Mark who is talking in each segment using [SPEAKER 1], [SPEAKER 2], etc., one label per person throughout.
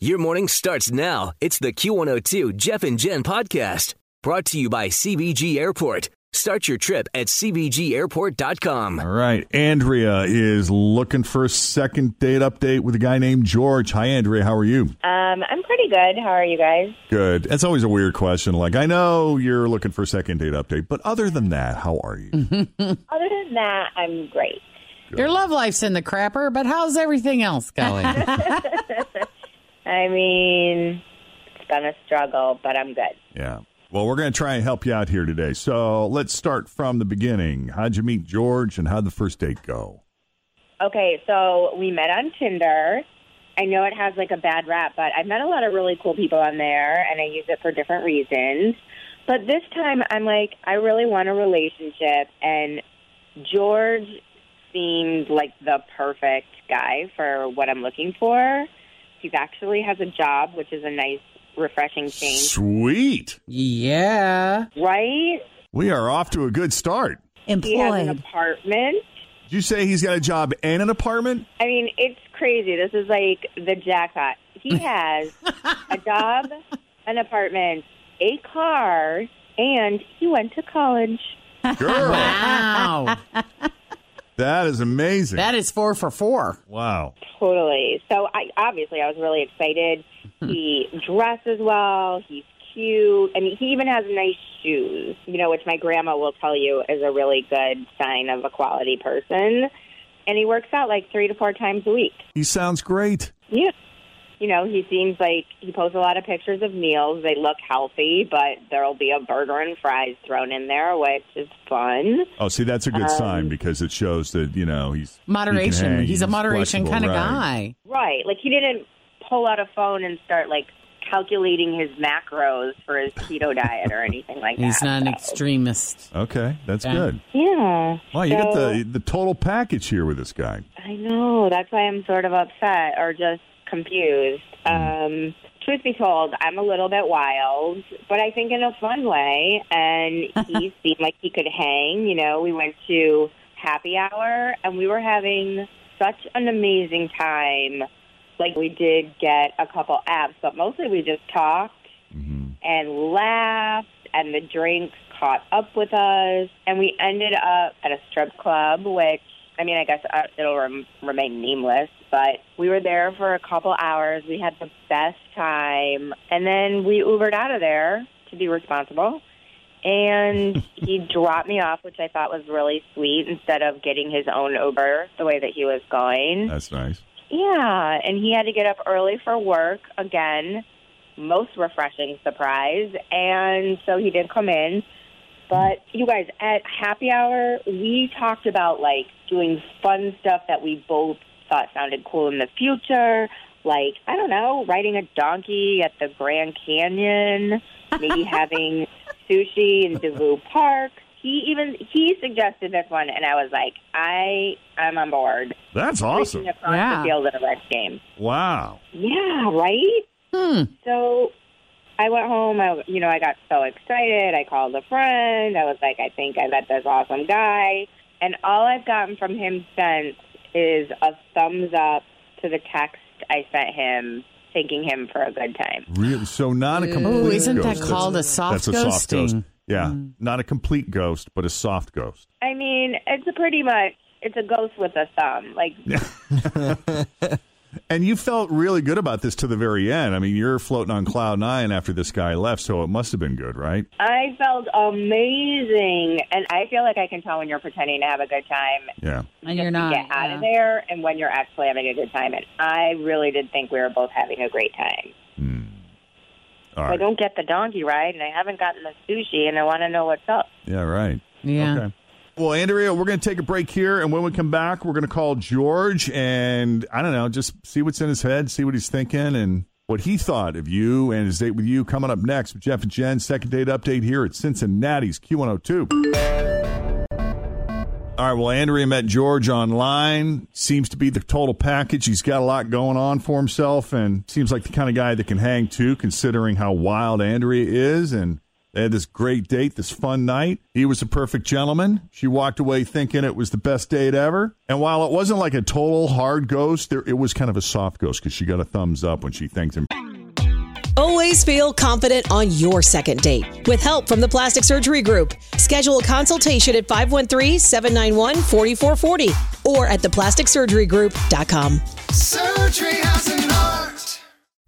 [SPEAKER 1] Your morning starts now. It's the Q102 Jeff and Jen podcast brought to you by CBG Airport. Start your trip at CBGAirport.com.
[SPEAKER 2] All right. Andrea is looking for a second date update with a guy named George. Hi, Andrea. How are you?
[SPEAKER 3] Um, I'm pretty good. How are you guys?
[SPEAKER 2] Good. That's always a weird question. Like, I know you're looking for a second date update, but other than that, how are you?
[SPEAKER 3] Other than that, I'm great.
[SPEAKER 4] Your love life's in the crapper, but how's everything else going?
[SPEAKER 3] I mean, it's been a struggle, but I'm good.
[SPEAKER 2] yeah. Well, we're going to try and help you out here today. So let's start from the beginning. How'd you meet George and how'd the first date go?
[SPEAKER 3] Okay, so we met on Tinder. I know it has like a bad rap, but I've met a lot of really cool people on there, and I use it for different reasons. But this time, I'm like, I really want a relationship, and George seemed like the perfect guy for what I'm looking for. He actually has a job, which is a nice, refreshing change
[SPEAKER 2] Sweet.
[SPEAKER 4] yeah.
[SPEAKER 3] Right?
[SPEAKER 2] We are off to a good start.
[SPEAKER 3] He has an
[SPEAKER 5] Employed.
[SPEAKER 3] apartment.
[SPEAKER 2] Did you say he's got a job and an apartment?
[SPEAKER 3] I mean, it's crazy. This is like the jackpot. He has a job, an apartment, a car, and he went to college.
[SPEAKER 2] Girl,
[SPEAKER 4] Wow.
[SPEAKER 2] that is amazing.
[SPEAKER 4] that is four for four.
[SPEAKER 2] wow.
[SPEAKER 3] Totally. So I obviously I was really excited. He dresses well, he's cute, and he even has nice shoes, you know, which my grandma will tell you is a really good sign of a quality person. And he works out like 3 to 4 times a week.
[SPEAKER 2] He sounds great.
[SPEAKER 3] Yeah. You know, he seems like he posts a lot of pictures of meals. They look healthy, but there'll be a burger and fries thrown in there, which is fun.
[SPEAKER 2] Oh, see, that's a good sign because it shows that you know he's he can
[SPEAKER 4] Um, Moderation.
[SPEAKER 2] hang,
[SPEAKER 4] he's, a moderation
[SPEAKER 2] flexible,
[SPEAKER 4] kind of
[SPEAKER 2] right.
[SPEAKER 4] guy.
[SPEAKER 3] Right. Like he didn't pull out a phone and start like calculating his macros for his keto diet or anything like
[SPEAKER 4] He's
[SPEAKER 3] that.
[SPEAKER 4] not an
[SPEAKER 3] so-
[SPEAKER 4] extremist.
[SPEAKER 2] Okay, that's
[SPEAKER 4] Yeah.
[SPEAKER 2] good.
[SPEAKER 3] Yeah.
[SPEAKER 2] Wow, you got
[SPEAKER 3] So,
[SPEAKER 2] the the total package here with this guy.
[SPEAKER 3] I know. That's why I'm sort of upset or just confused. Um, truth be told, I'm a little bit wild, but I think in a fun way. And he seemed like he could hang. You know, we went to happy hour and we were having such an amazing time. Like, we did get a couple apps, but mostly we just talked
[SPEAKER 2] Mm-hmm,
[SPEAKER 3] and laughed, and the drinks caught up with us, and we ended up at a strip club, which I mean, I guess uh, it'll rem- remain nameless, but we were there for a couple hours. We had the best time, and then we Ubered out of there to be responsible. And he dropped me off, which I thought was really sweet, instead of getting his own Uber the way that he was going.
[SPEAKER 2] That's nice.
[SPEAKER 3] Yeah, and he had to get up early for work again. Most refreshing surprise. And so he did come in. But you guys, at happy hour, we talked about like doing fun stuff that we both thought sounded cool in the future. Like, I don't know, riding a donkey at the Grand Canyon, maybe having sushi in DeVoe Park. He even he suggested this one and I was like, I I'm on board
[SPEAKER 2] That's awesome.
[SPEAKER 3] reaching across
[SPEAKER 4] Yeah.
[SPEAKER 3] the field in a Reds game.
[SPEAKER 2] Wow.
[SPEAKER 3] Yeah, right.
[SPEAKER 4] Hmm.
[SPEAKER 3] So I went home. I, you know, I got so excited. I called a friend. I was like, I think I met this awesome guy. And all I've gotten from him since is a thumbs up to the text I sent him, thanking him for a good time.
[SPEAKER 2] Really? So not a complete.
[SPEAKER 4] Ooh, isn't that
[SPEAKER 2] ghost.
[SPEAKER 4] called a
[SPEAKER 2] That's-
[SPEAKER 4] soft
[SPEAKER 2] That's a soft ghost.
[SPEAKER 4] ghosting? Mm.
[SPEAKER 2] Yeah, not a complete ghost, but a soft ghost.
[SPEAKER 3] I mean, it's a pretty much it's a ghost with a thumb. Like
[SPEAKER 2] And you felt really good about this to the very end. I mean, you're floating on cloud nine after this guy left, so it must have been good, right?
[SPEAKER 3] I felt amazing, and I feel like I can tell when you're pretending to have a good time
[SPEAKER 2] Yeah.
[SPEAKER 4] and you're
[SPEAKER 3] to
[SPEAKER 4] not.
[SPEAKER 3] get out of
[SPEAKER 4] yeah.
[SPEAKER 3] there and when you're actually having a good time. And I really did think we were both having a great time.
[SPEAKER 2] All
[SPEAKER 3] I
[SPEAKER 2] right.
[SPEAKER 3] don't get the donkey ride, and I haven't gotten the sushi, and I want to know what's up.
[SPEAKER 2] Yeah, right.
[SPEAKER 4] Yeah.
[SPEAKER 2] Okay. Well, Andrea, we're going to take a break here, and when we come back, we're going to call George and I don't know, just see what's in his head, see what he's thinking, and what he thought of you and his date with you. Coming up next with Jeff and Jen, second date update here at Cincinnati's Q102. All right, well, Andrea met George online. Seems to be the total package. He's got a lot going on for himself and seems like the kind of guy that can hang too, considering how wild Andrea is. And they had this great date, this fun night. He was a perfect gentleman. She walked away thinking it was the best date ever. And while it wasn't like a total hard ghost, there, it was kind of a soft ghost because she got a thumbs up when she thanked him.
[SPEAKER 5] Always feel confident on your second date with help from the Plastic Surgery Group. Schedule a consultation at 513 791 4440 or at theplasticsurgerygroup.com.
[SPEAKER 6] Surgery has an art.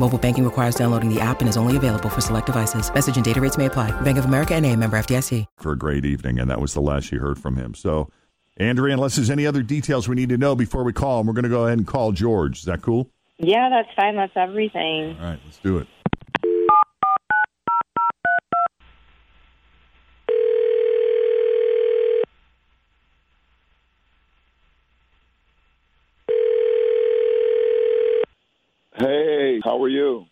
[SPEAKER 7] Mobile banking requires downloading the app and is only available for select devices. Message and data rates may apply. Bank of America and a member FDIC.
[SPEAKER 2] for a great evening, and that was the last she heard from him. So, Andrea, unless there's any other details we need to know before we call him, we're going to go ahead and call George. Is that cool?
[SPEAKER 3] Yeah, that's fine. That's everything.
[SPEAKER 2] All right, let's do it.
[SPEAKER 8] Hey, how are you?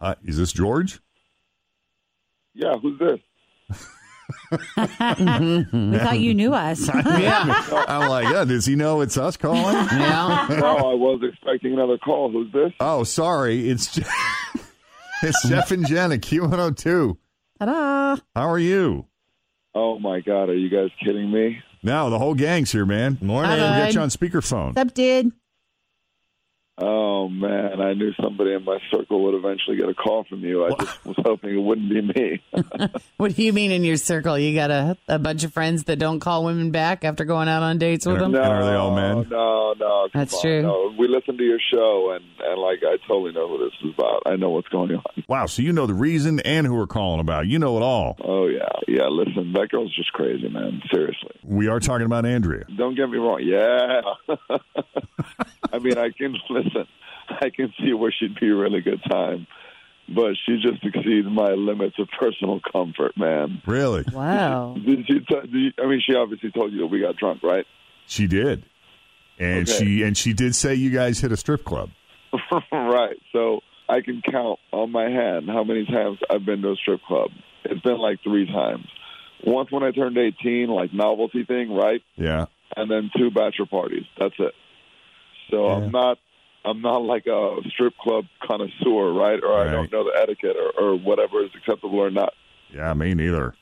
[SPEAKER 2] Uh, is this George?
[SPEAKER 8] Yeah, who's this?
[SPEAKER 9] We thought you knew us.
[SPEAKER 2] I'm like, yeah, does he know it's us calling?
[SPEAKER 4] Yeah.
[SPEAKER 8] No, I was expecting another call. Who's this?
[SPEAKER 2] Oh, sorry. It's Je- it's Jeff and Jen at Q102.
[SPEAKER 9] Ta-da.
[SPEAKER 2] How are you?
[SPEAKER 8] Oh my God, are you guys kidding me?
[SPEAKER 2] Now the whole gang's here, man. Morning.
[SPEAKER 4] Hi,
[SPEAKER 2] we got
[SPEAKER 4] bud.
[SPEAKER 2] you on speakerphone.
[SPEAKER 9] What's up, dude?
[SPEAKER 8] Oh man, I knew somebody in my circle would eventually get a call from you. I just was hoping it wouldn't be me.
[SPEAKER 4] What do you mean in your circle? You got a, a bunch of friends that don't call women back after going out on dates with
[SPEAKER 2] Yeah.
[SPEAKER 4] them?
[SPEAKER 8] No,
[SPEAKER 2] are they all men?
[SPEAKER 8] No, no. come
[SPEAKER 4] That's
[SPEAKER 8] on,
[SPEAKER 4] true.
[SPEAKER 8] No. We listened to your show, and and like I totally know who this is about. I know what's going on.
[SPEAKER 2] Wow, so you know the reason and who we're calling about. You know it all.
[SPEAKER 8] Oh yeah, yeah. Listen, that girl's just crazy, man. Seriously.
[SPEAKER 2] We are talking about Andrea.
[SPEAKER 8] Don't get me wrong. Yeah. I mean, I can listen. I can see where she'd be a really good time, but she just exceeds my limits of personal comfort, man.
[SPEAKER 2] Really?
[SPEAKER 9] Wow.
[SPEAKER 8] Did she? T- did you, I mean, she obviously told you that we got drunk, right?
[SPEAKER 2] She did. And
[SPEAKER 8] Okay.
[SPEAKER 2] she and she did say you guys hit a strip club.
[SPEAKER 8] right. So I can count on my hand how many times I've been to a strip club. It's been like three times. Once when I turned eighteen, like novelty thing, right?
[SPEAKER 2] Yeah.
[SPEAKER 8] and then two bachelor parties. That's it. So
[SPEAKER 2] Yeah.
[SPEAKER 8] I'm not I'm not like a strip club connoisseur, right? Or I
[SPEAKER 2] Right.
[SPEAKER 8] don't know the etiquette or, or whatever is acceptable or not.
[SPEAKER 2] Yeah, me neither.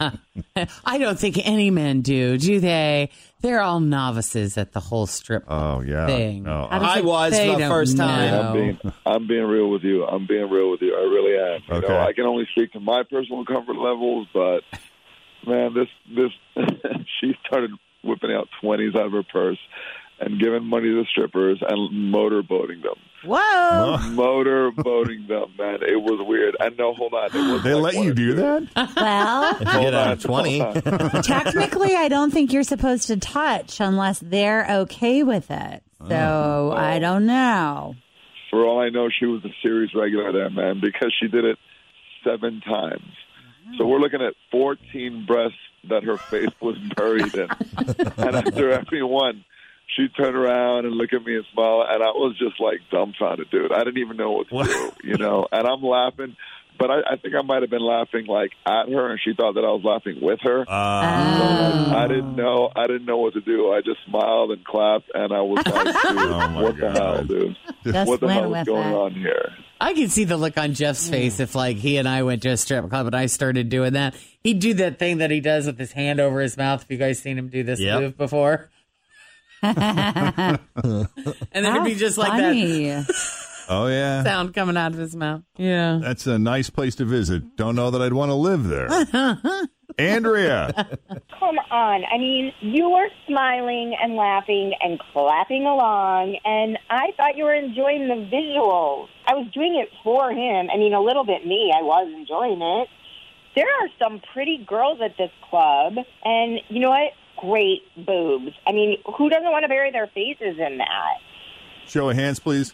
[SPEAKER 4] I don't think any men do, do they? They're all novices at the whole strip
[SPEAKER 2] Oh yeah.
[SPEAKER 4] thing.
[SPEAKER 2] No,
[SPEAKER 9] I
[SPEAKER 2] I-
[SPEAKER 9] was the first time.
[SPEAKER 8] I'm being I'm being real with you. I'm being real with you. I really am. You
[SPEAKER 2] Okay.
[SPEAKER 8] know, I can only speak to my personal comfort levels, but man, this this she started whipping out twenties out of her purse and giving money to the strippers and motorboating them.
[SPEAKER 9] Whoa.
[SPEAKER 8] motorboating them, man. It was weird. And no, hold on. It was
[SPEAKER 2] they let
[SPEAKER 8] like one
[SPEAKER 2] you
[SPEAKER 8] or
[SPEAKER 2] do
[SPEAKER 8] two.
[SPEAKER 2] that?
[SPEAKER 9] Well,
[SPEAKER 8] Hold
[SPEAKER 6] Get out
[SPEAKER 8] on,
[SPEAKER 6] of 20.
[SPEAKER 8] hold on.
[SPEAKER 9] technically, I don't think you're supposed to touch unless they're okay with it.
[SPEAKER 2] Oh.
[SPEAKER 9] So I don't know.
[SPEAKER 8] For all I know, she was a series regular there, man, because she did it seven times. So we're looking at 14 breasts that her face was buried in. and after every one, she'd turn around and look at me and smile. And I was just like dumbfounded, dude. I didn't even know what to do, you know? And I'm laughing. But I, I think I might have been laughing like at her, and she thought that I was laughing with her.
[SPEAKER 2] Uh,
[SPEAKER 8] I didn't know. I didn't know what to do. I just smiled and clapped, and I was like, dude,
[SPEAKER 2] Oh, my
[SPEAKER 8] "What the
[SPEAKER 2] God.
[SPEAKER 8] hell, dude?
[SPEAKER 9] Just
[SPEAKER 8] what the
[SPEAKER 9] went
[SPEAKER 8] hell
[SPEAKER 9] with
[SPEAKER 8] is going
[SPEAKER 9] that.
[SPEAKER 8] on here?"
[SPEAKER 4] I could see the look on Jeff's face if, like, he and I went to a strip club and I started doing that. He'd do that thing that he does with his hand over his mouth. Have you guys seen him do this
[SPEAKER 10] Yep.
[SPEAKER 4] move before? and then it'd be
[SPEAKER 9] That's
[SPEAKER 4] just like
[SPEAKER 9] funny.
[SPEAKER 2] Oh yeah,
[SPEAKER 4] that sound coming out of his mouth. Yeah.
[SPEAKER 2] that's a nice place to visit. Don't know that I'd want to live there. Andrea,
[SPEAKER 3] Come on. I mean, you were smiling and laughing and clapping along, and I thought you were enjoying the visuals. I was doing it for him. I mean, a little bit me. I was enjoying it. There are some pretty girls at this club, and you know what? Great boobs. I mean, who doesn't want to bury their faces in that?
[SPEAKER 2] show of hands, please.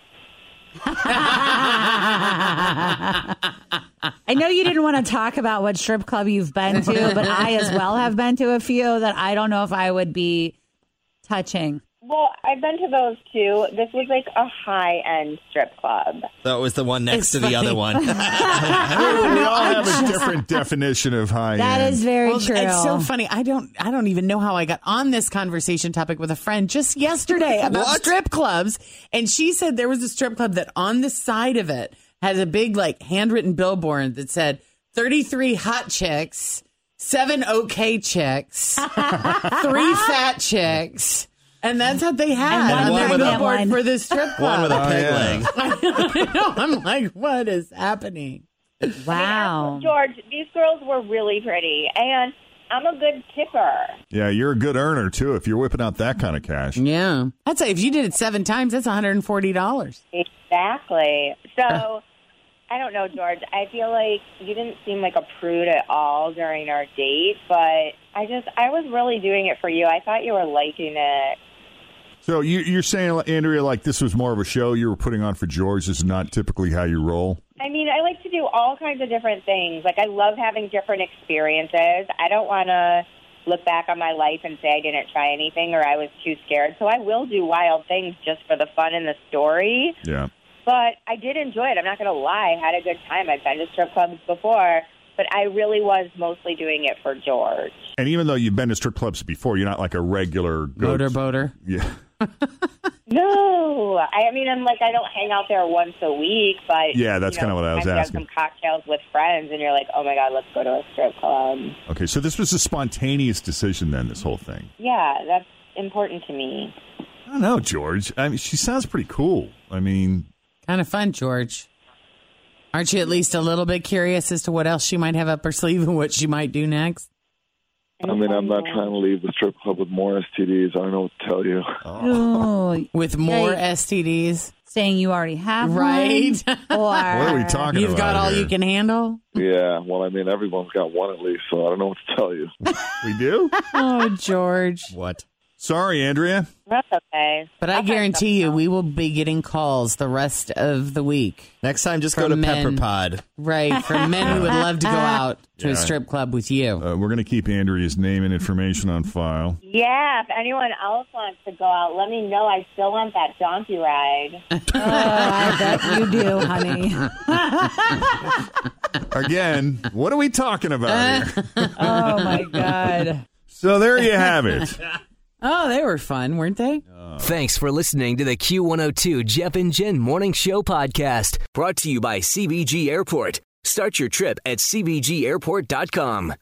[SPEAKER 9] I know you didn't want to talk about what strip club you've been to, but I as well have been to a few that I don't know if I would be touching.
[SPEAKER 3] Well, I've been to those too. This was like a high end strip club.
[SPEAKER 10] That was the one next
[SPEAKER 9] It's
[SPEAKER 10] to the other one.
[SPEAKER 2] we all have a different definition of high
[SPEAKER 9] That
[SPEAKER 2] end.
[SPEAKER 9] is very
[SPEAKER 4] Well,
[SPEAKER 9] true.
[SPEAKER 4] It's so funny. I don't. I don't even know how I got on this conversation topic with a friend just yesterday about
[SPEAKER 10] What?
[SPEAKER 4] strip clubs, and she said there was a strip club that on the side of it has a big like handwritten billboard that said "33 hot chicks, seven okay chicks, three fat chicks." And that's what they had
[SPEAKER 9] And
[SPEAKER 10] one
[SPEAKER 4] on their
[SPEAKER 10] with a-
[SPEAKER 4] billboard
[SPEAKER 9] one.
[SPEAKER 4] for the strip club.
[SPEAKER 10] One with a
[SPEAKER 2] Oh,
[SPEAKER 10] peg
[SPEAKER 2] yeah.
[SPEAKER 10] leg.
[SPEAKER 4] I know. I'm like, what is happening?
[SPEAKER 9] wow.
[SPEAKER 3] George, these girls were really pretty, and I'm a good tipper.
[SPEAKER 2] Yeah, you're a good earner too if you're whipping out that kind of cash.
[SPEAKER 4] Yeah, I'd say if you did it seven times, that's 140 dollars.
[SPEAKER 3] Exactly. So, I don't know, George. I feel like you didn't seem like a prude at all during our date, but I just, I was really doing it for you. I thought you were liking it.
[SPEAKER 2] So you, you're saying, Andrea, like this was more of a show you were putting on for George. This is not typically how you roll.
[SPEAKER 3] I mean, I like to do all kinds of different things. Like, I love having different experiences. I don't want to look back on my life and say I didn't try anything or I was too scared. So, I will do wild things just for the fun and the story.
[SPEAKER 2] Yeah.
[SPEAKER 3] But I did enjoy it. I'm not going to lie. I had a good time. I've been to strip clubs before, but I really was mostly doing it for George.
[SPEAKER 2] And even though you've been to strip clubs before, you're not like a regular go-
[SPEAKER 4] Boater, boater.
[SPEAKER 2] Yeah.
[SPEAKER 3] No, I mean, I'm like, I don't hang out there once a week, but
[SPEAKER 2] Yeah, that's
[SPEAKER 3] you know,
[SPEAKER 2] kinda what I was
[SPEAKER 3] sometimes you have
[SPEAKER 2] asking.
[SPEAKER 3] Some cocktails with friends, and you're like, oh my god, let's go to a strip club.
[SPEAKER 2] Okay. So this was a spontaneous decision then. This whole thing.
[SPEAKER 3] Yeah, that's important to me.
[SPEAKER 2] I don't know, George. I mean, she sounds pretty cool. I mean,
[SPEAKER 4] Kind of fun, George. Aren't you at least a little bit curious as to what else she might have up her sleeve and what she might do next?
[SPEAKER 8] I mean, I'm not trying to leave the strip club with more STDs. I don't know what to tell you.
[SPEAKER 9] Ooh,
[SPEAKER 4] With more
[SPEAKER 9] Yikes.
[SPEAKER 4] STDs,
[SPEAKER 9] saying you already have one,
[SPEAKER 4] Right.
[SPEAKER 9] or what
[SPEAKER 2] what are we talking
[SPEAKER 4] Uh, you've
[SPEAKER 2] about?
[SPEAKER 4] got all
[SPEAKER 2] here?
[SPEAKER 4] you can handle.
[SPEAKER 8] Yeah, well, I mean, everyone's got one at least, so I don't know what to tell you.
[SPEAKER 2] We do.
[SPEAKER 4] Oh, George!
[SPEAKER 10] What?
[SPEAKER 2] Sorry, Andrea.
[SPEAKER 3] That's okay.
[SPEAKER 4] But I guarantee you, we will be getting calls the rest of the week,
[SPEAKER 10] Next time, just
[SPEAKER 4] From
[SPEAKER 10] go to
[SPEAKER 4] men.
[SPEAKER 10] Pepper Pod.
[SPEAKER 4] right? From men who would love to go out to
[SPEAKER 2] Yeah.
[SPEAKER 4] a strip club with you.
[SPEAKER 2] Uh, we're going to keep Andrea's name and information on file.
[SPEAKER 3] Yeah, if anyone else wants to go out, let me know. I still want that donkey ride.
[SPEAKER 9] Oh, I bet you do, honey.
[SPEAKER 2] Again, what are we talking about here?
[SPEAKER 9] Oh my god.
[SPEAKER 2] So there you have it.
[SPEAKER 4] Oh, they were fun, weren't they?
[SPEAKER 1] Thanks for listening to the Q102 Jeff and Jen Morning Show podcast, brought to you by CBG Airport. Start your trip at CBGAirport.com.